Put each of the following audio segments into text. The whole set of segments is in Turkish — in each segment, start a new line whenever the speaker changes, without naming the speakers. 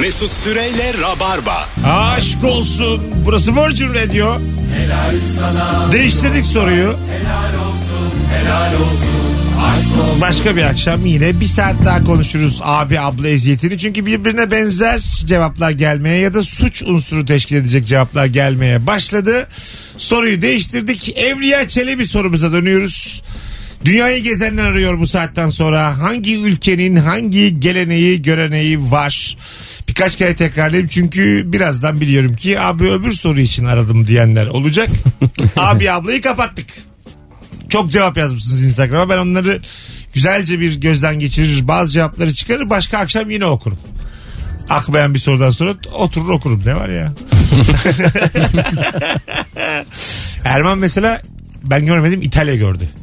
Mesut Süreyle Rabarba.
Aşk olsun. Burası Virgin Radio. Değiştirdik soruyu. Başka bir akşam yine bir saat daha konuşuruz abi abla eziyetini. Çünkü birbirine benzer cevaplar gelmeye ya da suç unsuru teşkil edecek cevaplar gelmeye başladı. Soruyu değiştirdik. Evliya Çelebi sorumuza dönüyoruz. Dünyayı gezenler arıyor bu saatten sonra. Hangi ülkenin hangi geleneği, göreneği var? Birkaç kere tekrarlayayım çünkü birazdan biliyorum ki abi öbür soru için aradım diyenler olacak. abi ablayı kapattık. Çok cevap yazmışsınız Instagram'a. Ben onları güzelce bir gözden geçirir. Bazı cevapları çıkarır. Başka akşam yine okurum. Akmayan bir sorudan sonra oturur okurum. Ne var ya? Erman mesela ben görmedim İtalya gördü.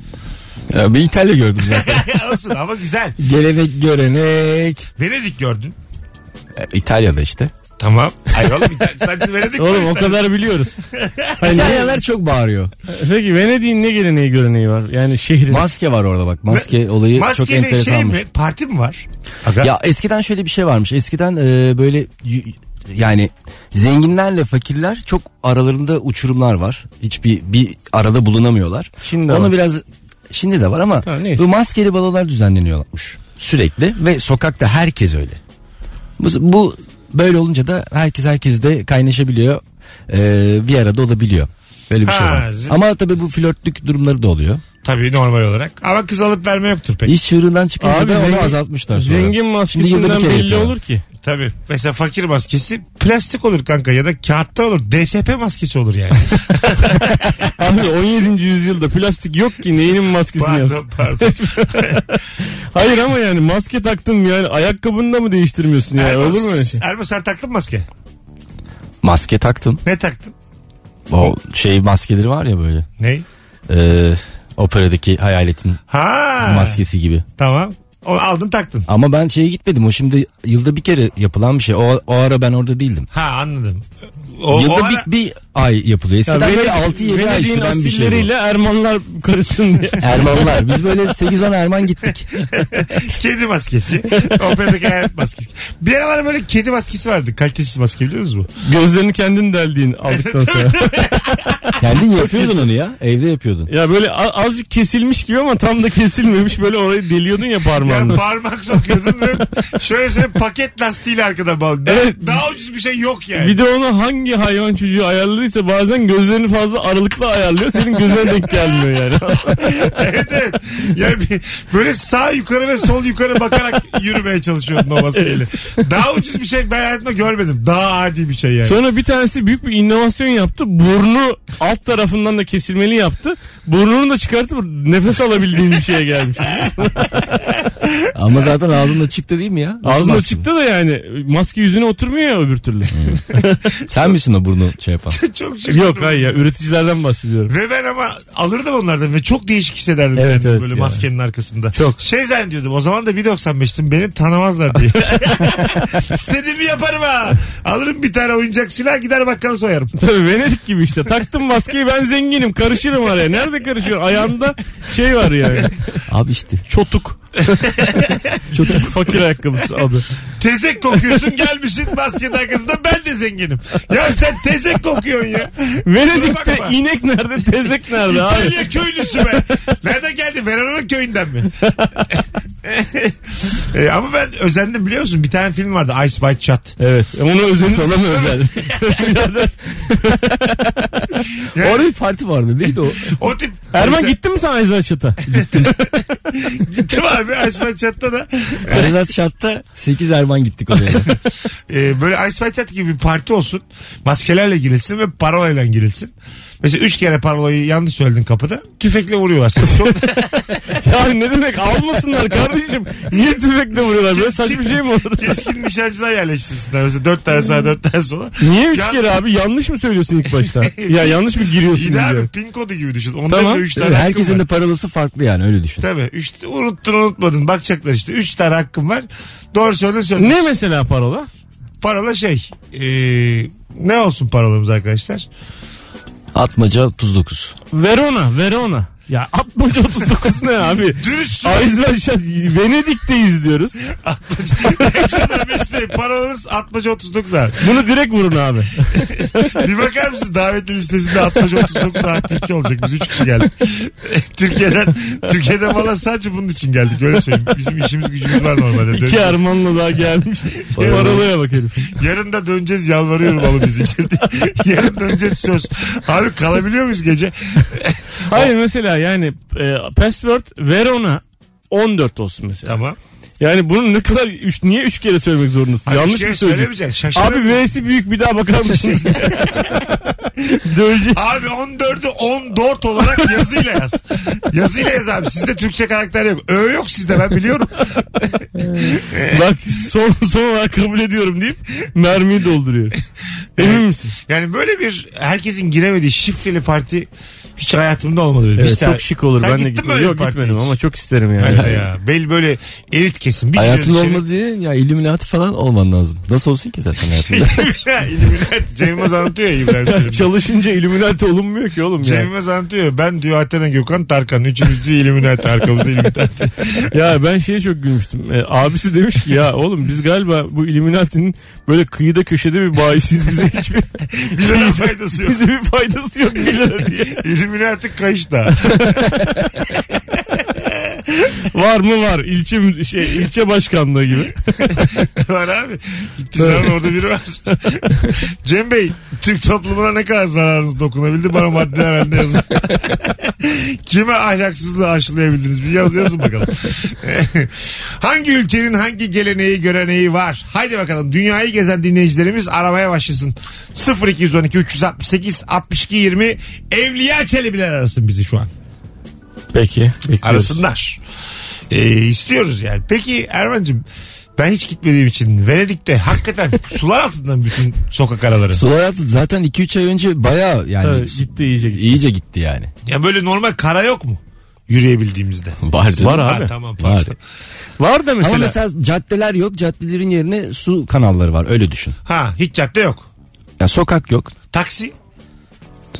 Ya bir İtalya gördüm zaten.
Olsun ama güzel.
Gelenek görenek.
Venedik gördün.
E, İtalya'da işte.
Tamam. Hayır oğlum İtalya. Sadece Venedik
Oğlum o kadar biliyoruz. Hani ne-
İtalyanlar çok bağırıyor.
peki Venedik'in ne geleneği göreneği var? Yani şehrin.
Maske var orada bak. Maske olayı çok
Maskeyle şey
enteresanmış.
mi? Parti mi var? Aga.
Ya eskiden şöyle bir şey varmış. Eskiden e, böyle y- yani zenginlerle fakirler çok aralarında uçurumlar var. Hiçbir bir arada bulunamıyorlar.
Şimdi
Onu
var.
biraz şimdi de var ama
Ha, neyse.
bu maskeli balolar düzenleniyormuş sürekli ve sokakta herkes öyle. Bu, bu böyle olunca da herkes herkesle kaynaşabiliyor. E, bir arada olabiliyor. Böyle bir şey
Ha,
var.
z-
Ama tabii bu flörtlük durumları da oluyor.
Tabii normal olarak. Ama kız alıp verme yoktur pek.
İş çığırından çıkınca
Abi
da onu
zengin-
azaltmışlar sonra.
Zengin
Şimdi yılda bir kere
maskesinden belli
yapıyorlar.
olur ki.
Tabii. Mesela fakir maskesi plastik olur kanka ya da kağıttan olur. DSP maskesi olur yani.
Abi 17. yüzyılda plastik yok ki neyinin maskesini yap.
pardon pardon.
Hayır ama yani maske taktım yani ayakkabını da mı değiştirmiyorsun ya
Erman,
olur mu öyle şey?
Erman sen taktın mı maske?
Maske taktım.
Ne taktın?
O şey maskeleri var ya böyle.
Ney?
Ee, operadaki hayaletin
Ha.
maskesi gibi.
Tamam. O, aldın taktın.
Ama ben şeye gitmedim. O şimdi yılda bir kere yapılan bir şey. O, o ara ben orada değildim.
Ha anladım. O,
yılda
o ara-
bir, bir ay yapılıyor. Eskiden böyle 6-7 ay
Venedik'in
süren bir şey bu.
asilleriyle Ermanlar karışsın diye.
Ermanlar. Biz böyle 8-10 Erman gittik.
Kedi maskesi. Operadaki hayat maskesi. Bir aralar böyle kedi maskesi vardı. Kalitesiz maske biliyor musunuz bu?
Gözlerini kendin deldiğin aldıktan sonra.
Kendin yapıyordun onu ya. Evde yapıyordun.
ya böyle a- azıcık kesilmiş gibi ama tam da kesilmemiş böyle orayı deliyordun ya
Yani
parmağınla.
parmak sokuyordun ve şöyle söyleyeyim paket lastiğiyle arkadan bağlı. Daha,
Evet.
daha ucuz bir şey yok yani.
Bir de onu hangi hayvan çocuğu ayarladıysa bazen gözlerini fazla aralıklı ayarlıyor. Senin gözüne denk gelmiyor yani.
evet, evet. Yani bir- böyle sağ yukarı ve sol yukarı bakarak yürümeye çalışıyordun o maskeyle. Daha ucuz bir şey ben hayatımda görmedim. Daha adi bir şey yani.
Sonra bir tanesi büyük bir inovasyon yaptı. Burnu alt tarafından da kesilmeli yaptı. Burnunu da çıkartıp nefes alabildiğin bir şeye gelmiş.
Ama zaten ağzında çıktı değil mi ya? Nasıl
Ağzına
maske?
çıktı da yani maske yüzüne oturmuyor ya öbür türlü.
Sen misin o burnu şey yapan?
Çok şükür.
Yok hayır ya üreticilerden bahsediyorum.
Ve ben ama alırdım onlardan ve çok değişik hissederdim
Evet,
kendimi
evet
böyle
ya.
maskenin arkasında.
Çok.
Şey zannediyordum o zaman da 1.95'tim beni tanımazlar diye. İstediğimi yaparım ha. Alırım bir tane oyuncak silah gider bakkala soyarım.
Tabii Venedik gibi işte. Taktım maskeyi ben zenginim. Karışırım araya. Nerede karışıyor? Ayağımda şey var yani.
Abi işte.
Çotuk. Çotuk fakir ayakkabısı adı.
Tezek kokuyorsun gelmişsin maskenin arkasında ben de zenginim. Ya sen tezek kokuyorsun ya.
Venedik'te
bakma.
inek nerede? Tezek nerede abi?
İtalya köylüsü be. Nereden geldi? Verona'nın köyünden mi? E, ama ben özendim biliyor musun? Bir tane film vardı Ice White Shot.
Evet. Onu özenirsin.
Ona mı özel?
Birader,
Orada bir parti vardı değil mi o?
O tip.
Erman
Mesela-
gitti mi sen Ayza Çat'a?
Gittim abi Ice White Shot'ta da.
Arenat şatta 8 Erman gittik oraya.
e, böyle Ice White Chat gibi bir parti olsun. Maskelerle girilsin ve parolayla girilsin. Mesela üç kere parolayı yanlış söyledin kapıda. Tüfekle vuruyorlar seni. Çok
Ya ne demek almasınlar kardeşim. Niye tüfekle vuruyorlar? Böyle saçma bir şey mi olur?
keskin nişancılar yerleştirsinler. Mesela dört tane sağa dört tane sola.
Niye üç
Ya-
kere abi yanlış mı söylüyorsun ilk başta? Ya yanlış mı giriyorsun
İyi de abi
diyor.
pin kodu gibi düşün. Onda
Tamam.
da üç tane hakkın
Herkesin
var.
de paralası farklı yani öyle düşün.
Tabii. Üç, unuttun unutmadın. Bakacaklar işte. Üç tane hakkım var. Doğru söyle söyle.
Ne mesela parola?
Parola şey. e, ne olsun parolamız arkadaşlar?
Atmaca 39.
Verona, Verona. Ya 60 39 ne abi?
Dürüst
Aizverşen Venedik'teyiz diyoruz.
Yaşar Mesut Bey parolanız atmaca 39 abi.
Bunu direkt vurun abi.
Bir bakar mısınız davetli listesinde atmaca 39 artı 2 olacak. Biz 3 kişi geldik. Türkiye'den Türkiye'den valla sadece bunun için geldik öyle söyleyeyim. Bizim işimiz gücümüz var normalde.
İki
Döneceğiz.
Erman'la daha gelmiş. Paralaya bak herif.
Yarın da döneceğiz yalvarıyorum oğlum biz içeride. Yarın döneceğiz söz. Abi kalabiliyor muyuz gece?
Hayır mesela yani e, password Verona 14 olsun mesela.
Tamam.
Yani bunu ne kadar üç, niye 3 kere söylemek zorundasın?
Abi üç
Yanlış
kere şey
mı söyleyeceksin?
söylemeyeceksin. Şaşırır.
Abi
Abi,
V'si büyük bir daha bakar mısın? Dönecek.
abi 14'ü 14 olarak yazıyla yaz. Yazıyla yaz abi. Sizde Türkçe karakter yok. Ö yok sizde ben biliyorum.
Bak son, son olarak kabul ediyorum deyip mermiyi dolduruyor. Emin misin?
Yani böyle bir herkesin giremediği şifreli parti hiç hayatımda olmadı. benim.
Evet,
Biz de-
çok şık olur.
Sen
ben
gittin
de gitmedim.
böyle bir
Yok
partiye
gitmedim
hiç?
ama çok isterim yani.
Ben de ya. Belli böyle elit kesim. Bir
Hayatında
gidiyoruz içeri.
olmadı diye ya Illuminati falan olman lazım. Nasıl olsun ki zaten hayatında?
İlluminati. Cem Yılmaz anlatıyor ya İbrahim Selim.
Çalışınca illuminati olunmuyor ki oğlum
Cem
ya.
Yılmaz anlatıyor. Ben diyor Atene Gökhan Tarkan. Üçümüz diyor İlluminati. Arkamızda İlluminati.
Ya ben şeye çok gülmüştüm. E, abisi demiş ki ya oğlum biz galiba bu illuminatinin böyle kıyıda köşede bir bayisiyiz. Bize hiçbir
Bize de faydası yok.
bize bir faydası yok bir lira diye.
İlluminati kayışta.
Var mı var. İlçe, şey, ilçe başkanlığı gibi.
var abi. Gitti zaman orada biri var. Cem Bey Türk toplumuna ne kadar zararınız dokunabildi bana maddi herhalde yazın. Kime ahlaksızlığı aşılayabildiniz bir yaz yazın bakalım. hangi ülkenin hangi geleneği göreneği var? Haydi bakalım dünyayı gezen dinleyicilerimiz aramaya başlasın. 0212 368 62 20 Evliya Çelebiler arasın bizi şu an.
Peki.
Arasınlar. Ee, istiyoruz yani. Peki Erman'cığım ben hiç gitmediğim için Venedik'te hakikaten sular altından bütün sokak araları.
Sular altı zaten 2-3 ay önce baya yani
Evet, gitti iyice gitti.
iyice gitti yani.
Ya böyle normal kara yok mu? Yürüyebildiğimizde.
Var canım.
Var abi.
Ha, tamam pardon.
Var.
Var da mesela.
Ama mesela caddeler yok. Caddelerin yerine su kanalları var. Öyle düşün.
Ha hiç cadde yok.
Ya sokak yok.
Taksi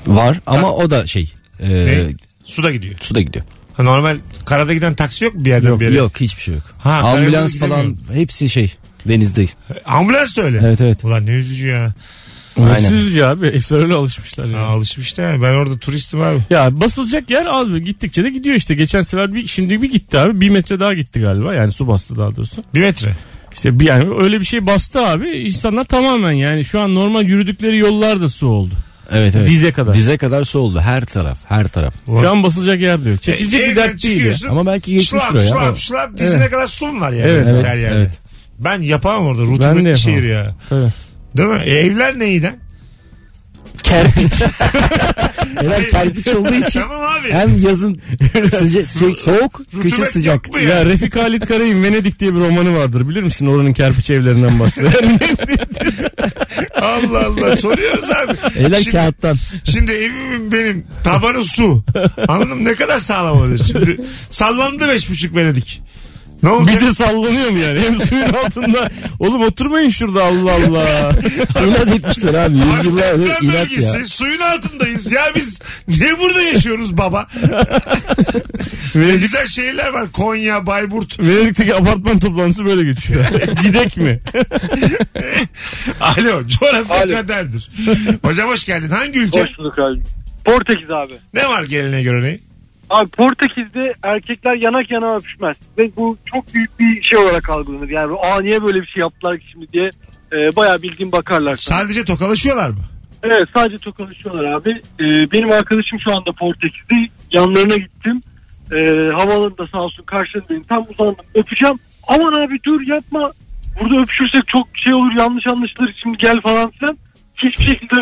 Var ama o da şey. E,
ne? Suda gidiyor.
su da gidiyor.
Ha, normal karada giden taksi yok mu bir yerden bir yere?
Yok hiçbir şey yok.
Ha,
Ambulans
karayolu
falan hepsi şey denizde.
Ambulans da öyle.
Evet, evet.
Ulan ne üzücü ya.
Aynen.
Hepsi üzücü abi. Hepsi öyle alışmışlar. yani.
Ha, alışmış da ben orada turistim abi.
Ya basılacak yer az. Gittikçe de gidiyor işte. Geçen sefer bir şimdi bir gitti abi. Bir metre daha gitti galiba. Yani su bastı daha doğrusu.
Bir metre.
İşte bir, yani öyle bir şey bastı abi. İnsanlar tamamen yani şu an normal yürüdükleri yollar da su oldu.
Evet evet.
Dize kadar.
Dize kadar su oldu. Her taraf her taraf.
Şu an basılacak yer diyor. Çekilecek bir
E, Evden
dert değil ya.
çıkıyorsun,
Ama belki geçmiş
Şlap
o ya.
şlap
O-
şlap dizine kadar su mu var yani?
Evet,
her
evet,
yerde.
evet.
Ben yapamam orada
Ben de
rutubetli
yapamam.
şehir ya.
Evet.
Değil mi? E, evler neyden?
Kerpiç. Evler kerpiç olduğu için
tamam abi.
hem yazın sıca- şey, soğuk kışın
Rutubet
sıcak.
yok mu ya?
Ya Refik Halit Karay'ın Venedik diye bir romanı vardır. Bilir misin oranın kerpiç evlerinden bahsediyor.
Allah Allah soruyoruz abi.
Evler
şimdi,
kağıttan.
şimdi evimin benim tabanı su. Anladın mı? Ne kadar sağlam olur şimdi. Sallandı beş buçuk Venedik. Ne oldu?
bir de sallanıyor mu yani? Hem suyun altında. Oğlum oturmayın şurada Allah Allah.
İnat etmişler abi. Yüzyıllardır
Deprem
inat ya.
bölgesi suyun altındayız ya biz niye burada yaşıyoruz baba? ne
Venedik,
güzel şehirler var Konya, Bayburt.
Venedik'teki apartman toplantısı böyle geçiyor. Gidek mi?
Alo coğrafya
Alo.
kaderdir. Hocam hoş geldin. Hangi ülke?
Hoş bulduk abi. Portekiz abi.
Ne var geleneğe göre ne?
Abi Portekiz'de erkekler yanak yana öpüşmez. Ve bu çok büyük bir şey olarak algılanır. Yani aa niye böyle bir şey yaptılar ki şimdi diye e, bayağı bildiğin bakarlar. sana.
Sadece tokalaşıyorlar mı?
Evet sadece tokalaşıyorlar abi. E, benim arkadaşım şu anda Portekiz'de. Yanlarına gittim. E, havaalanında sağ olsun karşılarındayım. Tam uzandım öpeceğim. Aman abi dur yapma. Burada öpüşürsek çok şey olur yanlış anlaşılır şimdi gel falan filan. Hiçbir şekilde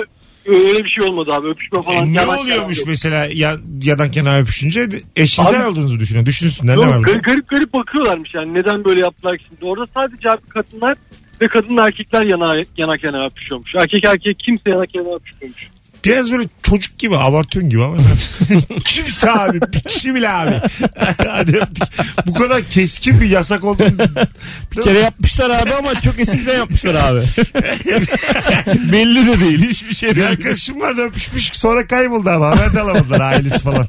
e, öyle bir şey olmadı abi öpüşme falan.
E, ne
yanak yana
oluyormuş
yok.
mesela ya, yadan kenara öpüşünce? Eşcinsel
Abi-
olduğunuzu düşünün. Düşünsünler ne
Yok,
var
gar-
burada?
garip garip bakıyorlarmış yani neden böyle yaptılar ki şimdi. Orada sadece abi kadınlar ve kadın erkekler yana, yanak yana öpüşüyormuş. Erkek erkek kimse yanak yana öpüşmüyormuş.
Biraz böyle çocuk gibi abartıyorsun gibi ama. Kimse abi. Bir kişi bile abi. Hadi öptük. Bu kadar keskin bir yasak olduğunu
Bir kere yapmışlar abi ama çok eskiden yapmışlar abi. Belli de değil hiçbir şey
Bir
değil.
arkadaşım vardı öpüşmüş sonra kayboldu ama haber de alamadılar ailesi falan.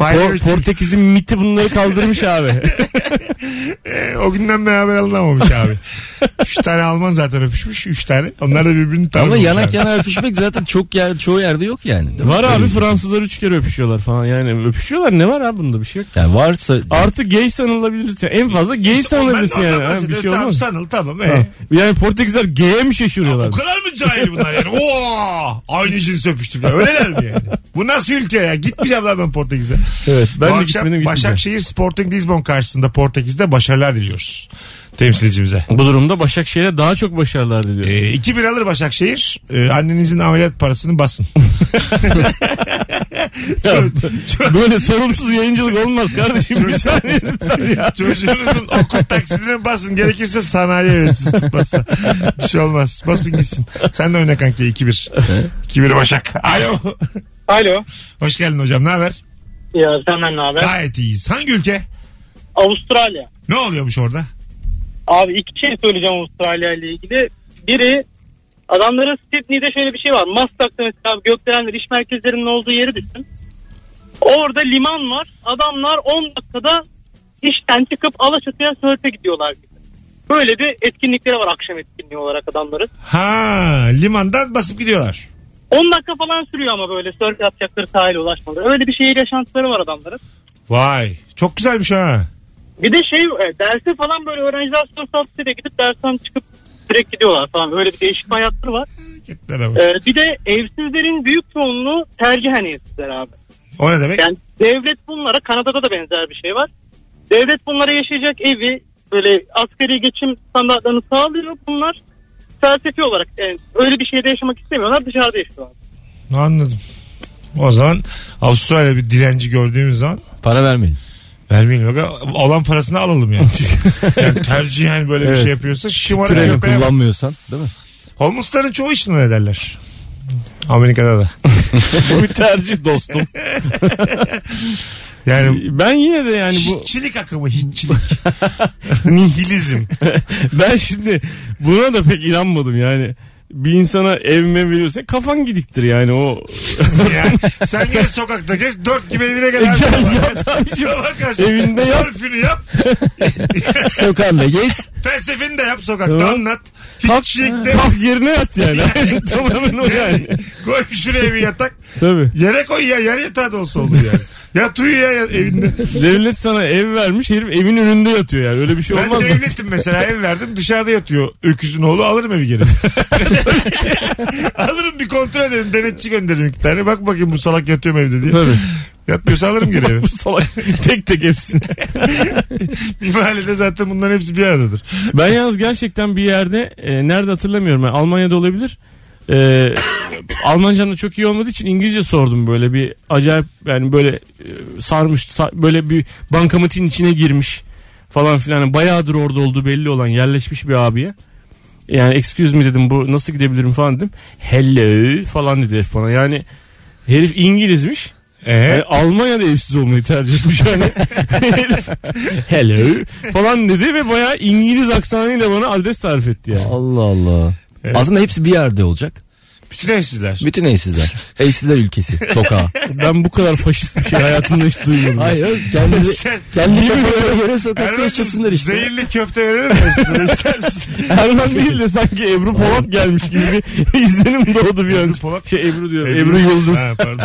Bayram
Por-
için,
Portekiz'in miti bunları kaldırmış abi.
e, o günden beraber alınamamış abi. Üç tane Alman zaten öpüşmüş. Üç tane. Onlar da birbirini
Ama
tanımamış.
yanak
abi.
yana öpüşmek zaten çok yer, çoğu yerde yok yani. Değil mi?
Var
Böyle
abi
bir-
Fransızlar üç kere öpüşüyorlar falan yani öpüşüyorlar ne var abi bunda bir şey yok.
Yani varsa
Artı gay sanılabilirsin. En fazla gay sanılabilirsin
Ben de
yani.
ondan
Ha, bir
bahsediyorum.
şey
Tamam
olmaz.
sanıl tamam.
Ha.
E.
Yani Portekizler gay'e mi
O
şaşırıyorlar?
kadar mı cahil bunlar yani? Oo, aynı cins öpüştüm. Ya. Öyleler mi yani? Bu nasıl ülke ya? Gitmeyeceğim lan ben Portekiz'e.
Evet ben
Bu
de
akşam
gitmedim gitmeyeceğim.
Başakşehir Sporting Lisbon karşısında Portekiz'de başarılar diliyoruz. Temsilcimize.
Bu durumda Başakşehir'e daha çok başarılar diliyorum.
E, 2000 alır Başakşehir. E, annenizin ameliyat parasını basın. Ço- ço-
E, Böyle sorumsuz yayıncılık olmaz kardeşim. bir saniye lütfen ya.
Çocuğunuzun okul taksidine basın. Gerekirse sanayiye verirsiniz tutmazsa. Bir şey olmaz. Basın gitsin. Sen de oyna kanka 2-1. 2-1 Başak. Alo.
Alo.
Hoş geldin hocam. Ne haber?
Ya senden ne haber?
Gayet iyiyiz. Hangi ülke?
Avustralya.
Ne oluyormuş orada?
Abi iki şey söyleyeceğim Avustralya ile ilgili. Biri adamların Sydney'de şöyle bir şey var. Maslak'ta mesela abi gökdelenler iş merkezlerinin olduğu yeri düşün. Orada liman var. Adamlar 10 dakikada işten çıkıp Alaçatı'ya sörte gidiyorlar gibi. Böyle bir etkinlikleri var akşam etkinliği olarak adamların.
Ha limandan basıp gidiyorlar.
10 dakika falan sürüyor ama böyle sörf yapacakları sahile ulaşmaları. Öyle bir şehir yaşantıları var adamların.
Vay çok güzelmiş ha.
Bir de şey e, derse falan böyle öğrenciler sınıf tatilde gidip dersten çıkıp direkt gidiyorlar falan. Öyle bir değişik bir hayatları var.
Hareketler ama.
E, bir de evsizlerin büyük çoğunluğu tercihen evsizler abi.
O ne demek?
Yani devlet bunlara Kanada'da da benzer bir şey var. Devlet bunlara yaşayacak evi böyle asgari geçim standartlarını sağlıyor. Bunlar felsefi olarak yani öyle bir şeyde yaşamak istemiyorlar dışarıda yaşıyorlar.
Anladım. O zaman Avustralya bir dilenci gördüğümüz zaman
para vermeyin.
vermeyelim. Yok, Olan parasını alalım yani. yani tercihen böyle bir
Evet.
şey yapıyorsa şımarık
Treni
köpeğe bak.
kullanmıyorsan değil mi?
Homeless'ların çoğu işini öyle ederler. Amerika'da da.
Bu bir tercih dostum.
Yani
E, Ben yine de yani bu
hiççilik akımı hiççilik.
nihilizm. ben şimdi buna da pek inanmadım yani. Bir insana ev mev veriyorsa kafan gidiktir yani o.
Yani sen yine sokakta geç dört gibi evine
E, Gel
gel.
yap abicim.
Sabah karşı
Evinde yap.
Sörfünü yap.
Sokağında geç.
Felsefeni de yap sokakta
Tamam.
anlat.
Kalk,
Hiççilik de
kalk yerine yat yani. Tamamen o yani.
Koy şuraya bir yatak.
Tabii.
Yere koy ya yer yatağı da olsa olur yani. Yat uyu ya, ya evinde.
Devlet sana ev vermiş herif evin önünde yatıyor yani. Öyle bir şey
Ben
olmaz mı?
devletim mesela ev verdim dışarıda yatıyor. Öküzün oğlu alırım evi geri. alırım bir kontrol ederim. Denetçi gönderirim iki tane. Bak bakayım bu salak yatıyor mu evde diye.
Tabii.
Yatmıyorsa alırım geri evi.
Salak. tek tek hepsini.
Bir mahallede zaten bunların hepsi bir aradadır.
Ben yalnız gerçekten bir yerde e, nerede hatırlamıyorum. Yani Almanya'da olabilir. E, Almancam da çok iyi olmadığı için İngilizce sordum böyle bir acayip yani böyle e, sarmış sa- böyle bir bankamatiğin içine girmiş falan filan bayağıdır orada olduğu belli olan yerleşmiş bir abiye. Yani excuse me dedim bu nasıl gidebilirim falan dedim. Hello falan dedi herif bana yani herif İngilizmiş. Yani
Ee,
E, Almanya'da evsiz olmayı tercih etmiş yani. Hello falan dedi ve bayağı İngiliz aksanıyla bana adres tarif etti yani.
Allah Allah.
Evet.
Aslında hepsi bir yerde olacak.
bütün evsizler.
Bütün evsizler. evsizler ülkesi. Sokağa.
Ben bu kadar faşist bir şey hayatımda hiç duymadım.
Hayır. Kendi,
Sen-
kendi kafalarına göre sokakta
Erman'cığım,
şey yaşasınlar işte.
Zehirli köfte verir mi? İster misin?
Erman değil de sanki Ebru Polat gelmiş gibi bir izlenim doğdu bir an.
Ebru Polat.
Şey Ebru diyorum. Ebru, Yıldız.
Ha, pardon.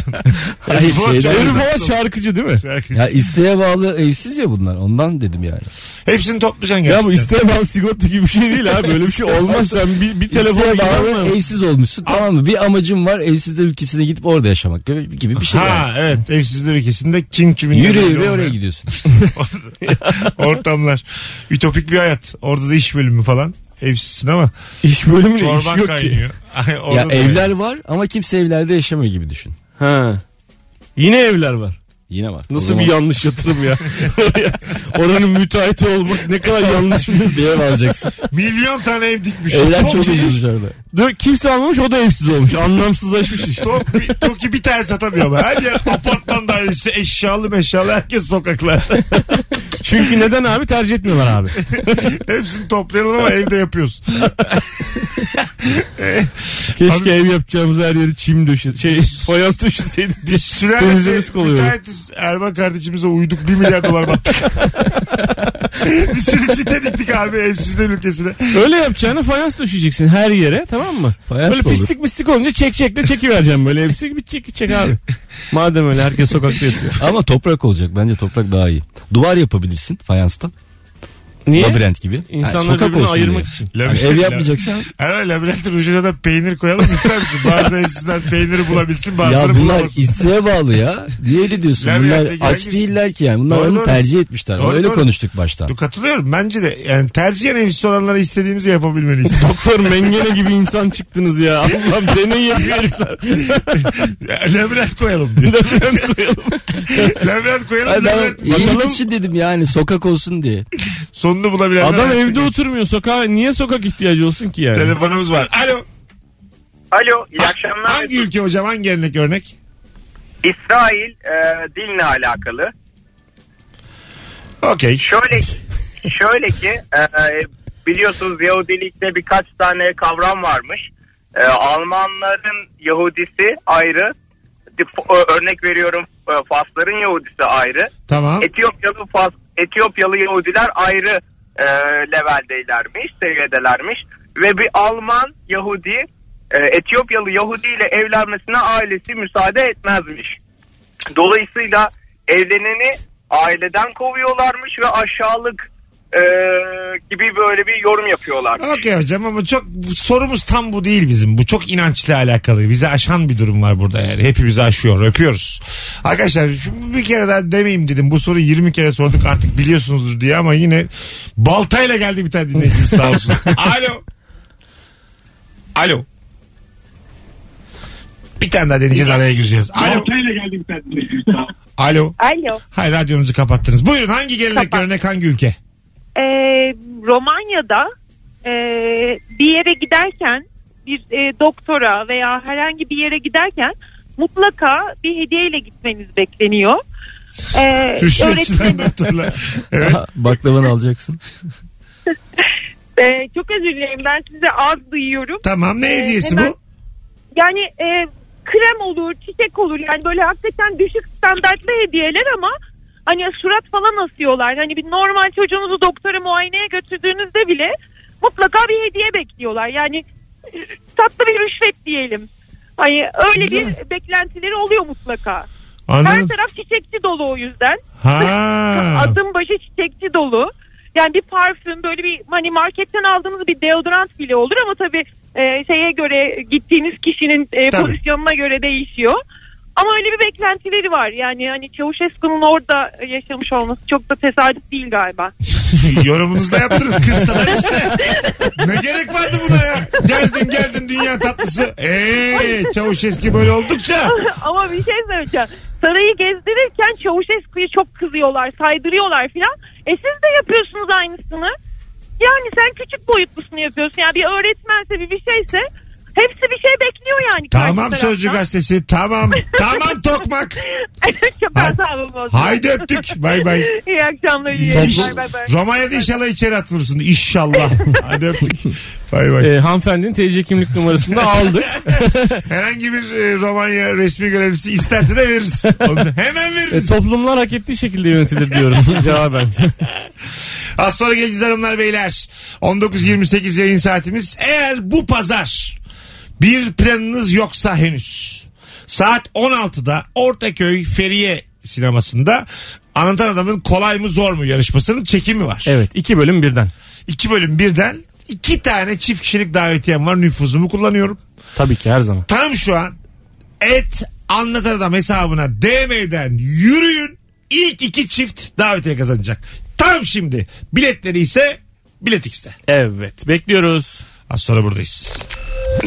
Hayır,
Bu
şeyden-
çok-
Ebru Polat şarkıcı değil mi?
Ya isteğe bağlı evsiz ya bunlar. Ondan dedim yani.
Hepsini toplayacaksın gerçekten.
Ya bu istemem sigorta gibi bir şey değil ha. Böyle bir şey olmaz. Sen bir, bir telefon
İsteğe bağlı
gider
evsiz olmuşsun tamam mı? Bir amacım var evsizler ülkesine gidip orada yaşamak gibi gibi bir şey.
Ha
yani.
evet evsizler ülkesinde kim kimin
Yürü
yanında
yürü
olmayan
oraya gidiyorsun.
ortamlar. Ütopik bir hayat. Orada da iş bölümü falan. Evsizsin ama
İş bölümüne iş
çorban
yok ki.
kaynıyor. Ay, orada
ya
da-
evler var ama kimse evlerde yaşamıyor gibi düşün.
Ha. Yine evler var.
Yine var. O
Nasıl
zaman-
bir yanlış yatırım ya. Oraya- Oranın müteahhiti olmak ne kadar yanlış bir
bir ev alacaksın.
Milyon tane ev dikmiş.
Evler
Toki-
çok ucuz orada.
Dö- Kimse almamış o da evsiz olmuş. Anlamsızlaşmış iş.
Toki, Toki bir tane satamıyor ama. Her yer apartman dairesi eşyalı meşyalı herkes sokaklarda.
Çünkü neden abi tercih etmiyorlar abi.
Hepsini toplayalım ama evde yapıyoruz.
Keşke
Abi-
ev yapacağımız her yeri çim döşe, şey fayans döşeseydi diye. Temizlemesi
Sülalesi
kolay olur.
müteahhitiz Erman kardeşimize uyduk 1 milyar dolar battık. bir sürü site diktik abi evsizler ülkesine.
Öyle yapacağını fayans döşeyeceksin her yere tamam mı?
Fayans
böyle
mı olur?
pislik pislik olunca çek çekle çekivereceğim böyle hepsi bir çek çek abi. Madem öyle herkes sokakta yatıyor.
Ama toprak olacak. Bence toprak daha iyi. Duvar yapabilirsin fayanstan.
Niye?
Labirent gibi. Yani
İnsanları birbirine
olsun
ayırmak
diye.
için.
Yani ev yapmayacaksan
Erman labirentin ucuna da peynir koyalım ister misin? Bazı evsizler peyniri bulabilsin
ya
bazıları
bunlar
bulamasın.
isteğe bağlı ya. Niye öyle diyorsun?
Labirente
Bunlar
girer
aç
misin?
değiller ki yani. Bunlar
Doğru,
onu
doğru.
tercih etmişler.
Doğru,
öyle
doğru.
konuştuk baştan.
Dur, Katılıyorum. Bence de yani tercihen evsiz olanlara istediğimizi yapabilmeliyiz.
Doktor mengene gibi insan çıktınız ya. Allah'ım deneyi yapıyor herifler.
Ya, labirent koyalım diyor.
Labirent koyalım.
labirent koyalım.
Ay ben
labirent-
iyilik
Bakalım.
için dedim yani sokak olsun diye.
Sonunu bulabilenler.
Adam
hayatta
evde
geçsin.
oturmuyor sokağa. Niye sokak ihtiyacı olsun ki yani?
Telefonumuz var. Alo.
Alo iyi akşamlar.
Hangi ülke hocam? Hangi örnek örnek?
İsrail e, dinle alakalı.
Okey.
Şöyle şöyle ki e, biliyorsunuz Yahudilikte birkaç tane kavram varmış. E, Almanların Yahudisi ayrı. Dif- ö- Örnek veriyorum e, Fasların Yahudisi ayrı.
Tamam.
Etiyopyalı Fas, Etiyopyalı Yahudiler ayrı e, leveldeylermiş, seviyedelermiş ve bir Alman Yahudi e, Etiyopyalı Yahudi ile evlenmesine ailesi müsaade etmezmiş. Dolayısıyla evleneni aileden kovuyorlarmış ve aşağılık e, gibi böyle bir yorum yapıyorlar.
Okey hocam ama çok bu- sorumuz tam bu değil bizim. Bu çok inançla alakalı. Bize aşan bir durum var burada yani. Hepimizi aşıyor. Öpüyoruz. Arkadaşlar şimdi bir kere daha demeyeyim dedim. Bu soruyu 20 kere sorduk artık biliyorsunuzdur diye ama yine baltayla geldi bir tane dinleyicimiz sağ olsun. Alo. Alo. Bir tane daha deneyeceğiz araya gireceğiz. Alo.
geldim
Alo.
Alo.
Hayır radyonuzu kapattınız. Buyurun hangi gelenek
Kapat.
örnek hangi ülke?
Ee, Romanya'da e, bir yere giderken bir e, doktora veya herhangi bir yere giderken mutlaka bir hediyeyle gitmeniz bekleniyor. Ee,
Rüşvetçiler
öğretmeni,
doktorlar. Evet.
Baklavanı alacaksın.
Ee, çok özür dilerim ben size az duyuyorum.
Tamam ne
Ee,
hediyesi
hemen-
bu?
Yani e, krem olur, çiçek olur. Yani böyle hakikaten düşük standartlı hediyeler ama hani surat falan asıyorlar. Hani bir normal çocuğunuzu doktora muayeneye götürdüğünüzde bile mutlaka bir hediye bekliyorlar. Yani e, tatlı bir rüşvet diyelim. Hani öyle bir beklentileri oluyor mutlaka. Her
Anladım.
taraf çiçekçi dolu o yüzden.
Ha.
Adım başı çiçekçi dolu. Yani bir parfüm böyle bir hani marketten aldığınız bir deodorant bile olur ama tabii e, şeye göre gittiğiniz kişinin e,
Tabii.
pozisyonuna göre değişiyor. Ama öyle bir beklentileri var. Yani hani Çavuşescu'nun orada yaşamış olması çok da tesadüf değil galiba.
Yorumunuzu da yaptınız kız sana işte. Ne gerek vardı buna ya? Geldin geldin dünya tatlısı. Eee çavuş eski böyle oldukça.
ama bir şey söyleyeceğim. Sarayı gezdirirken Çavuşescu'ya çok kızıyorlar, saydırıyorlar filan. E siz de yapıyorsunuz aynısını. Yani sen küçük boyutlusunu yapıyorsun. Yani bir öğretmense bir bir şeyse hepsi bir şey bekliyor yani. karşı
Tamam
taraftan.
Sözcü Gazetesi tamam. Tamam Tokmak.
çok
Hay-
asabım bozdu.
Haydi öptük. Bay bay.
İyi akşamlar. Iyi
İş-
yayınlar. Bay bay.
Romanya'da inşallah içeri atılırsın. İnşallah. Hadi öptük. Bay
E-
bay.
Ee, hanımefendinin TC kimlik numarasını da aldık.
Herhangi bir e, Romanya resmi görevlisi isterse de veririz. Onu- Hemen
E,
veririz.
toplumlar hak ettiği şekilde yönetilir diyorum cevaben.
Az sonra geleceğiz hanımlar beyler. 19.28 yayın saatimiz. Eğer bu pazar bir planınız yoksa henüz saat 16'da Ortaköy Feriye sinemasında Anlatan Adam'ın kolay mı zor mu yarışmasının çekimi var.
Evet iki bölüm birden.
İki bölüm birden iki tane çift kişilik davetiyem var nüfuzumu kullanıyorum.
Tabii ki her zaman.
Tam şu an et anlatan adam hesabına DM'den yürüyün. İlk iki çift davetiye kazanacak. Tam şimdi. Biletleri ise Bilet X'te.
Evet bekliyoruz.
Az sonra buradayız.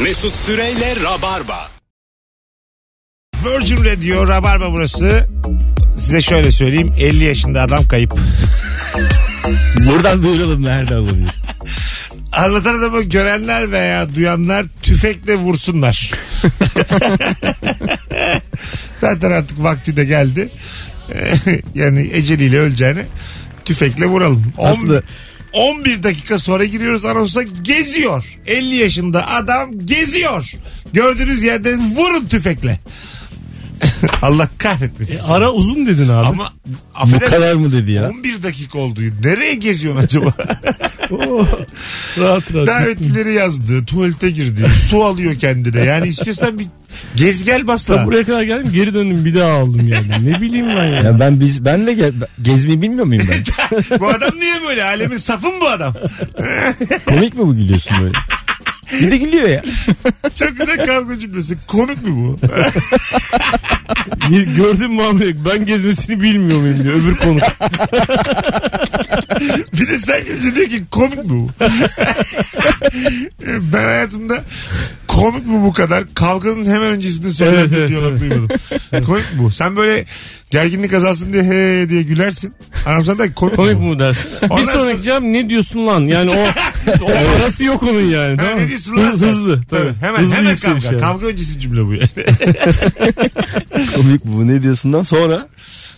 Mesut Süreyle Rabarba.
Virgin Radio Rabarba burası. Size şöyle söyleyeyim 50 yaşında adam kayıp.
Buradan duyuralım nerede olabilir.
Anlatan adamı görenler veya duyanlar tüfekle vursunlar. Zaten artık vakti de geldi. yani eceliyle öleceğini tüfekle vuralım. On-
Aslında-
11 dakika sonra giriyoruz anonsa geziyor. 50 yaşında adam geziyor. Gördüğünüz yerden vurun tüfekle. Allah kahretmesin.
E,
Ara uzun dedin abi.
Ama
Bu
affedersin.
kadar mı dedi ya?
11 dakika oldu. Nereye geziyorsun acaba?
Oo, rahat rahat.
Davetlileri yazdı, tuvalete girdi, su alıyor kendine. Yani istiyorsan bir gez gel
Ben
basla.
buraya kadar geldim geri döndüm bir daha aldım yani. Ne bileyim ben ya.
Ya ben biz benle ge gezmeyi bilmiyor muyum ben?
bu adam niye böyle? Alemin safı mı bu adam?
Komik mi bu gülüyorsun böyle? Bir de gülüyor ya.
Çok güzel kavga cümlesi. Komik mi bu?
Ye- Gördün mü abi? Ben gezmesini bilmiyor muyum diyor öbür konu.
bir de sen kimse diyor ki komik mi bu? ben hayatımda komik mi bu kadar? Kavganın hemen öncesinde söylendiği
Evet, evet,
diyalog duymadım. komik mi bu? Sen böyle gerginlik azalsın diye he diye gülersin. Anam sana der ki komik,
Komik
mi bu?
mi bu dersin?
Ondan
bir sonraki
sonra-
cevap ne diyorsun lan? Yani o, o arası yok onun yani.
Ha,
Tamam.
ne
mı?
diyorsun lan
Hız-
sen?
hızlı. Tabii.
Hemen
hızlı
hemen
yükseliş
kavga.
yani.
Kavga öncesi cümle bu yani.
Komik bu ne diyorsundan sonra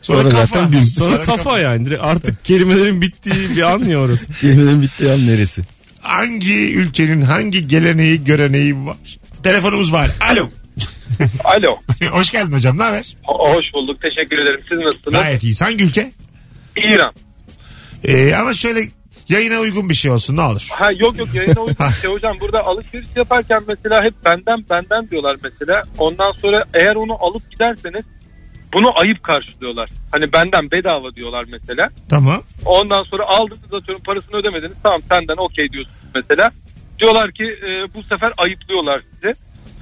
Sonra
Sonra
kafa.
zaten gün.
Sonra kafa yani. Direkt artık kelimelerin bittiği bir an ya orası.
kelimenin bittiği an neresi?
Hangi ülkenin hangi geleneği göreneği var? Telefonumuz var. Alo.
Alo.
Hoş geldin hocam. Ne haber?
Hoş bulduk. Teşekkür ederim. Siz nasılsınız?
Gayet iyi. Hangi ülke?
İran.
Ee, ama şöyle yayına uygun bir şey olsun ne olur.
Ha yok yok yayına uygun bir şey hocam. Burada alışveriş yaparken mesela hep benden benden diyorlar mesela. Ondan sonra eğer onu alıp giderseniz bunu ayıp karşılıyorlar. Hani benden bedava diyorlar mesela.
Tamam.
Ondan sonra aldınız atıyorum parasını ödemediniz. Tamam senden okey diyorsunuz mesela. Diyorlar ki e, bu sefer ayıplıyorlar sizi.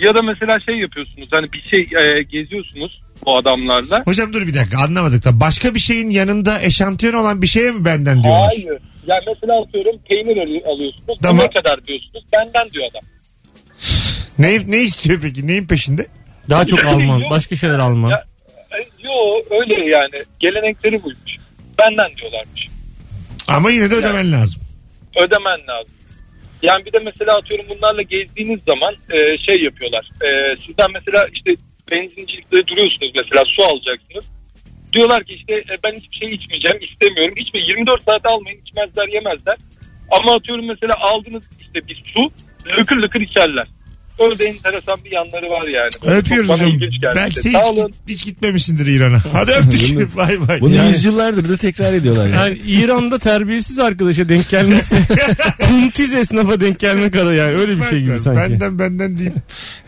Ya da mesela şey yapıyorsunuz hani bir şey e, geziyorsunuz bu adamlarla.
Hocam dur bir dakika anlamadık da başka bir şeyin yanında eşantiyon olan bir şeye mi benden diyorlar?
Hayır. Yani mesela atıyorum peynir alı- alıyorsunuz. Bu
Tamam.
Ne kadar diyorsunuz? Benden diyor adam.
Ne, ne istiyor peki? Neyin peşinde?
Daha çok Alman. Başka şeyler Alman.
Ya- E, yo öyle yani. Gelenekleri buymuş. Benden diyorlarmış.
Ama yine de ödemen lazım.
Ödemen lazım. Yani bir de mesela atıyorum bunlarla gezdiğiniz zaman e, şey yapıyorlar. E, sizden mesela işte benzincilikte duruyorsunuz mesela su alacaksınız. Diyorlar ki işte e, ben hiçbir şey içmeyeceğim istemiyorum. Hiçbir 24 saat almayın içmezler yemezler. Ama atıyorum mesela aldınız işte bir su lıkır lıkır içerler. Öyle de enteresan bir yanları var yani. Bu
Öpüyoruz
bana
hocam.
ilginç geldi.
Belki de
Sağ olun.
hiç, hiç gitmemişsindir İran'a. Hadi
Değil
öptük. bay bay.
Bunu
Yani-
yüzyıllardır da tekrar ediyorlar. Yani.
Yani İran'da terbiyesiz arkadaşa denk gelmek kuntiz esnafa denk gelmek ara yani öyle bir şey gibi sanki.
Benden benden deyip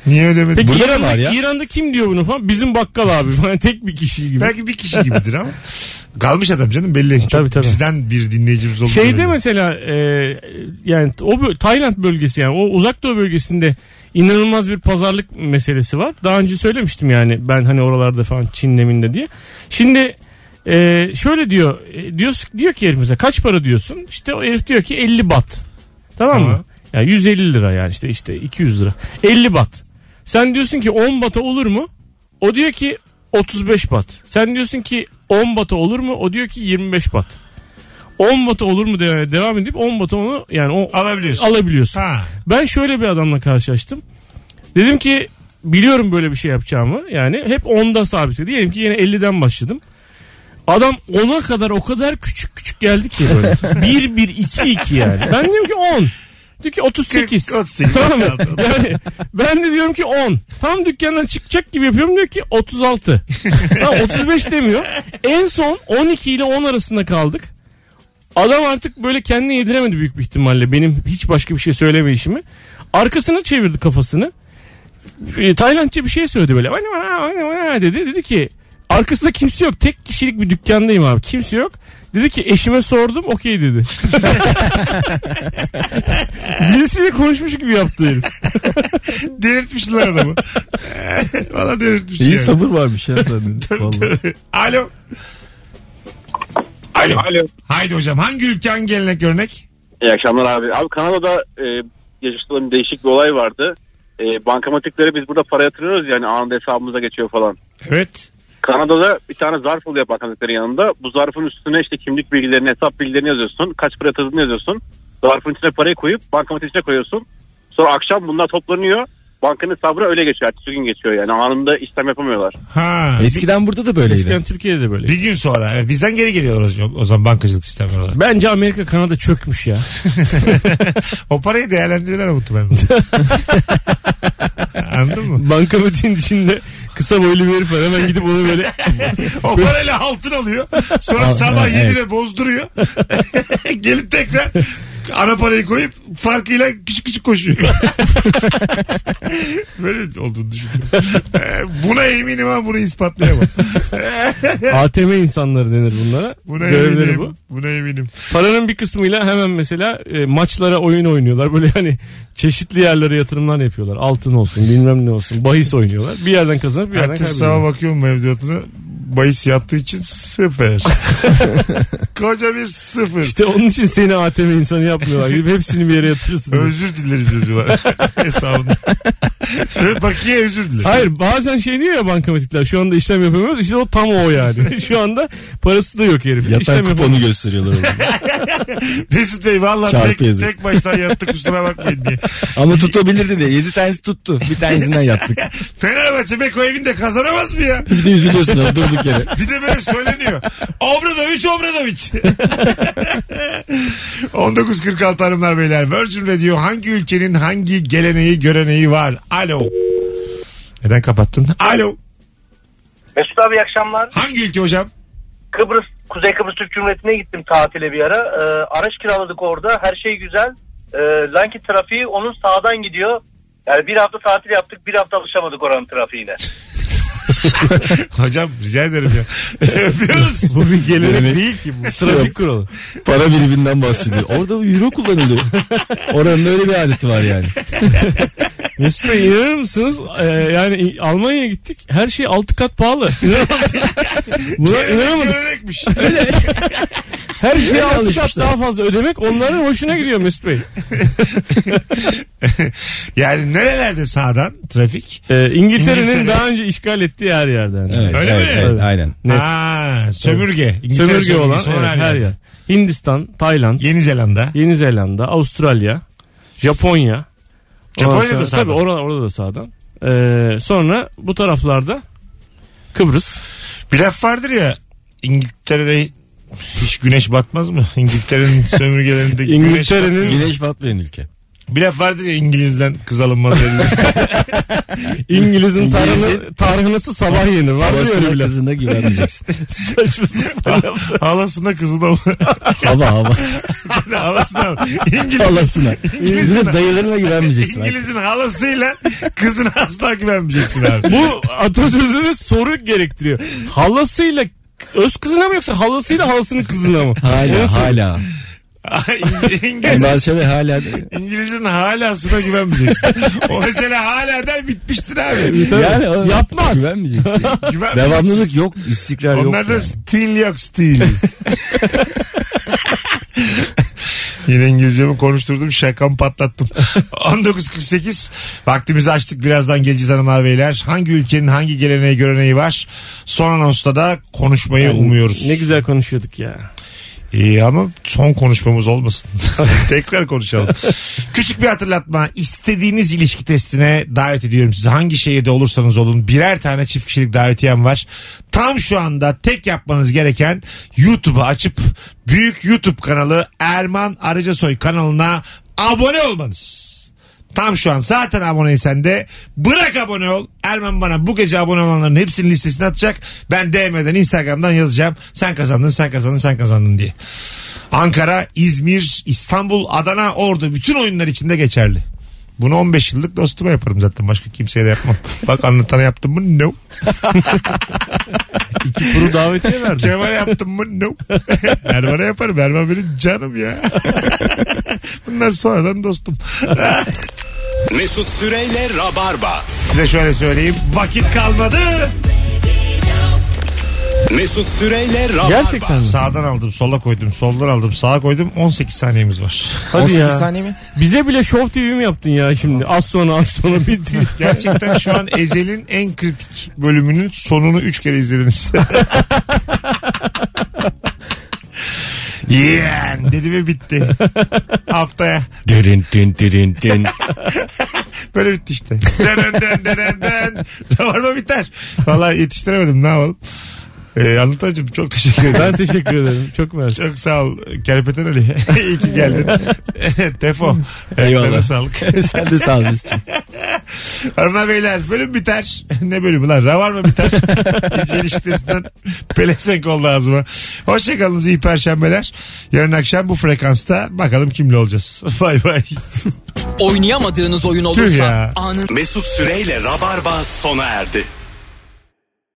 niye ödemedin?
Peki
Burada
İran'da,
var ya.
İran'da kim diyor bunu falan? Bizim bakkal abi falan tek bir kişi gibi.
Belki bir kişi gibidir ama. Kalmış adam canım belli. Çok
Tabii, tabii.
Bizden bir dinleyicimiz oldu.
Şeyde mesela e, yani o bö- Tayland bölgesi yani o uzak doğu bölgesinde inanılmaz bir pazarlık meselesi var. Daha önce söylemiştim yani ben hani oralarda falan Çin'de minde diye. Şimdi e, şöyle diyor e, diyor, diyor ki herif mesela kaç para diyorsun? İşte o herif diyor ki 50 bat. Tamam
Tamam.
mı? Yani 150 lira yani işte işte 200 lira. 50 bat. Sen diyorsun ki 10 bata olur mu? O diyor ki 35 bat. Sen diyorsun ki 10 bata olur mu? O diyor ki 25 bat. 10 bata olur mu diye devam edip 10 bata onu yani o
Alabiliyorsun.
alabiliyorsun.
ha.
Ben şöyle bir adamla karşılaştım. Dedim ki biliyorum böyle bir şey yapacağımı. Yani hep 10'da sabitledi. Diyelim ki yine 50'den başladım. Adam 10'a kadar o kadar küçük küçük geldi ki böyle. 1 1 2 2 yani. Ben diyorum ki 10. Diyor ki 38.
38,
tamam mı?
36, 36.
Yani ben de diyorum ki 10. Tam dükkandan çıkacak gibi yapıyorum diyor ki 36. Tamam, 35 demiyor. En son 12 ile 10 arasında kaldık. Adam artık böyle kendini yediremedi büyük bir ihtimalle benim hiç başka bir şey söyleme işimi. Arkasına çevirdi kafasını. E, Taylandca bir şey söyledi böyle. "Vay, vay, vay, vay" dedi. Dedi ki arkasında kimse yok. Tek kişilik bir dükkandayım abi. Kimse yok. Dedi ki eşime sordum okey dedi. Birisiyle konuşmuş gibi yaptı herif.
Delirtmişler adamı. Valla delirtmişler.
İyi sabır varmış ya tabii. Vallahi.
Alo. Alo.
Alo.
Haydi hocam hangi ülke hangi gelenek örnek?
İyi akşamlar abi. Abi Kanada'da e, yaşadığım değişik bir olay vardı. E, bankamatiklere biz burada para yatırıyoruz yani anında hesabımıza geçiyor falan.
Evet.
Kanada'da bir tane zarf oluyor bakanlıkların yanında. Bu zarfın üstüne işte kimlik bilgilerini, hesap bilgilerini yazıyorsun. Kaç para yatırdığını yazıyorsun. Zarfın içine parayı koyup bankamatik içine koyuyorsun. Sonra akşam bunlar toplanıyor. Bankanın sabrı öyle geçiyor. Ertesi gün geçiyor yani. Anında işlem yapamıyorlar.
Ha.
Eskiden burada da böyleydi.
Eskiden Türkiye'de de böyle.
Bir gün sonra. Evet, Bizden geri geliyorlar o zaman- o zaman bankacılık sistemleri olarak.
Bence Amerika Kanada çökmüş ya.
O parayı değerlendiriyorlar muhtemelen. Anladın mı?
Bankamatiğin içinde kısa boylu bir herif var. Hemen gidip onu böyle
O parayla altın alıyor. Sonra
Al-
sabah
evet.
7'de bozduruyor. Gelip tekrar ana parayı koyup farkıyla küçük küçük koşuyor. Böyle olduğunu düşünüyorum. Ee, Buna eminim ama bunu ispatlayamam.
ATM insanları denir bunlara.
Buna
Görevleri
eminim.
bu.
Buna eminim.
Paranın bir kısmıyla hemen mesela e, maçlara oyun oynuyorlar. Böyle hani çeşitli yerlere yatırımlar yapıyorlar. Altın olsun bilmem ne olsun. Bahis oynuyorlar. Bir yerden kazanıp bir yerden
Ertesi sabah
kaybediyorlar.
bakıyorum mevduatına. Bayis yaptığı için sıfır. Koca bir sıfır.
İşte onun için seni ATM insanı yapmıyorlar. Gidip hepsini bir yere yatırırsın.
Özür dileriz yazıyorlar hesabında. Bakiye özür dileriz.
Hayır bazen şey diyor ya bankamatikler şu anda işlem yapamıyoruz. İşte o tam o yani. şu anda parası da yok herifin.
Yatan
İşlem
kuponu
yapamıyor.
gösteriyorlar. orada.
Mesut Bey valla
Çarpı
tek,
yazıyor.
tek baştan yattı kusura bakmayın diye.
Ama tutabilirdi de 7 tanesi tuttu. Bir tanesinden yattık.
Fenerbahçe Beko evinde kazanamaz mı ya?
Bir de üzülüyorsun orada durduk yere.
Bir de böyle söyleniyor. Obradoviç Obradoviç. 19.46 hanımlar beyler. Virgin Radio hangi ülkenin hangi geleneği göreneği var? Alo. Neden kapattın? Alo.
Mesut abi iyi akşamlar.
Hangi ülke hocam?
Kıbrıs, Kuzey Kıbrıs Türk Cumhuriyeti'ne gittim tatile bir ara. Ee, araç kiraladık orada. Her şey güzel. Ee, lan ki trafiği onun sağdan gidiyor. Yani bir hafta tatil yaptık. Bir hafta alışamadık oranın trafiğine.
Hocam rica ederim ya. Öpüyoruz.
Bu bir gelenek
Yani-
değil ki bu. Trafik kuralı.
Para biriminden bahsediyor. Orada euro kullanılıyor. Oranın öyle bir adeti var yani.
Mesut Bey inanır mısınız? Ee, yani Almanya'ya gittik. Her şey 6 kat pahalı. Buna inanamadım.
Görenekmiş.
Her şeye
Öyle
6 kat
alışmışlar.
daha fazla ödemek onların hoşuna gidiyor Mesut Bey. Ee,
yani nerelerde sağdan trafik?
Ee, İngiltere'nin
İngiltere.
daha önce işgal ettiği her yerden.
Evet,
Öyle
evet,
mi?
evet, aynen.
Net.
Ha, sömürge. İngiltere
Sömürge olan
sonra
evet, her yer. Hindistan, Tayland,
Yeni Zelanda.
Yeni Zelanda, Avustralya, Japonya. Ondan
Japonya'da
sonra-
sağdan.
Tabii orada, orada da sağdan. Ee, sonra bu taraflarda Kıbrıs.
Bir laf vardır ya İngiltere'de hiç güneş batmaz mı? İngiltere'nin sömürgelerinde güneş
İngiltere'nin-
batmıyor.
Güneş batmayan ülke.
Bir laf vardır ya İngiliz'den kız alınmaz. dediniz.
İngiliz'in tarhını,
İngiliz'in-
tarhınası sabah yenir. Var mı öyle bir
Havasına
laf?
kızına güvenmeyeceksin.
Saçma sapan laf.
Halasına kızı da
hava hava.
halasına İngiliz,
Halasına.
İngiliz'in-
Dayılarına güvenmeyeceksin.
İngiliz'in halasıyla kızına asla güvenmeyeceksin abi.
Bu atasözünün soru gerektiriyor. Halasıyla öz kızına mı yoksa halasıyla halasının kızına mı? Onu
Hala
sor-
hala.
İngiliz,
Bazı şeyler hala.
İngiliz'in halasına güvenmeyeceksin. O mesele hala der bitmiştir abi.
Tabii.
Yani o-
Yapmaz.
Güvenmeyeceksin.
Güvenmeyeceksin.
Devamlılık yok, istikrar yok.
Onlarda
yani.
stil yok stil. Yine İngilizcemi konuşturdum şakamı patlattım. 19.48 vaktimizi açtık birazdan geleceğiz hanımlar beyler. Hangi ülkenin hangi geleneği göreneği var? Son anonsta da konuşmayı umuyoruz.
Ne güzel konuşuyorduk ya.
İyi ama son konuşmamız olmasın. Tekrar konuşalım. Küçük bir hatırlatma. İstediğiniz ilişki testine davet ediyorum sizi. Hangi şehirde olursanız olun birer tane çift kişilik davetiyem var. Tam şu anda tek yapmanız gereken YouTube'u açıp büyük YouTube kanalı Erman Arıcasoy kanalına abone olmanız. Tam şu an zaten aboneysen de bırak abone ol. Erman bana bu gece abone olanların hepsinin listesini atacak. Ben DM'den Instagram'dan yazacağım. Sen kazandın sen kazandın sen kazandın diye. Ankara, İzmir, İstanbul, Adana, Ordu bütün oyunlar içinde geçerli. Bunu 15 yıllık dostuma yaparım zaten. Başka kimseye de yapmam. Bak anlatana yaptım mı? No.
İki kuru davetiye verdi.
Kemal'e yaptım mı? No. Erman'a yaparım. Erman benim canım ya. Bunlar sonradan dostum.
Mesut Süreyle Rabarba.
Size şöyle söyleyeyim. Vakit kalmadı.
Mesut Süreyle Rabarba.
Gerçekten mi?
Sağdan aldım, sola koydum, soldan aldım, sağa koydum. 18 saniyemiz var.
Hadi
18
ya.
saniye mi?
Bize bile Show TV mi yaptın ya şimdi? Az sonra az sonra bitti.
Gerçekten şu an Ezel'in en kritik bölümünün sonunu 3 kere izlediniz. yeah dedi ve bitti. Haftaya.
Dürün dün dürün dün.
Böyle bitti işte. Denen den denen den. Rabarba biter. Valla yetiştiremedim ne yapalım. Ee, Anlatancığım çok teşekkür ederim.
ben teşekkür ederim. Çok mersi.
Çok sağ ol. Kerpeten Ali. İyi ki geldin. Defo.
Eyvallah.
Ayaklarına sağlık.
Sen de sağ ol Mesut'cum.
Hanımlar beyler bölüm biter. ne bölümü lan? Ravar mı biter? İyice ilişkisinden pelesenk oldu ağzıma. Hoşçakalınız iyi perşembeler. Yarın akşam bu frekansta bakalım kimle olacağız. Bay bay.
Oynayamadığınız oyun
Tüh ya.
olursa anın
Mesut Süreyle Rabarba sona erdi.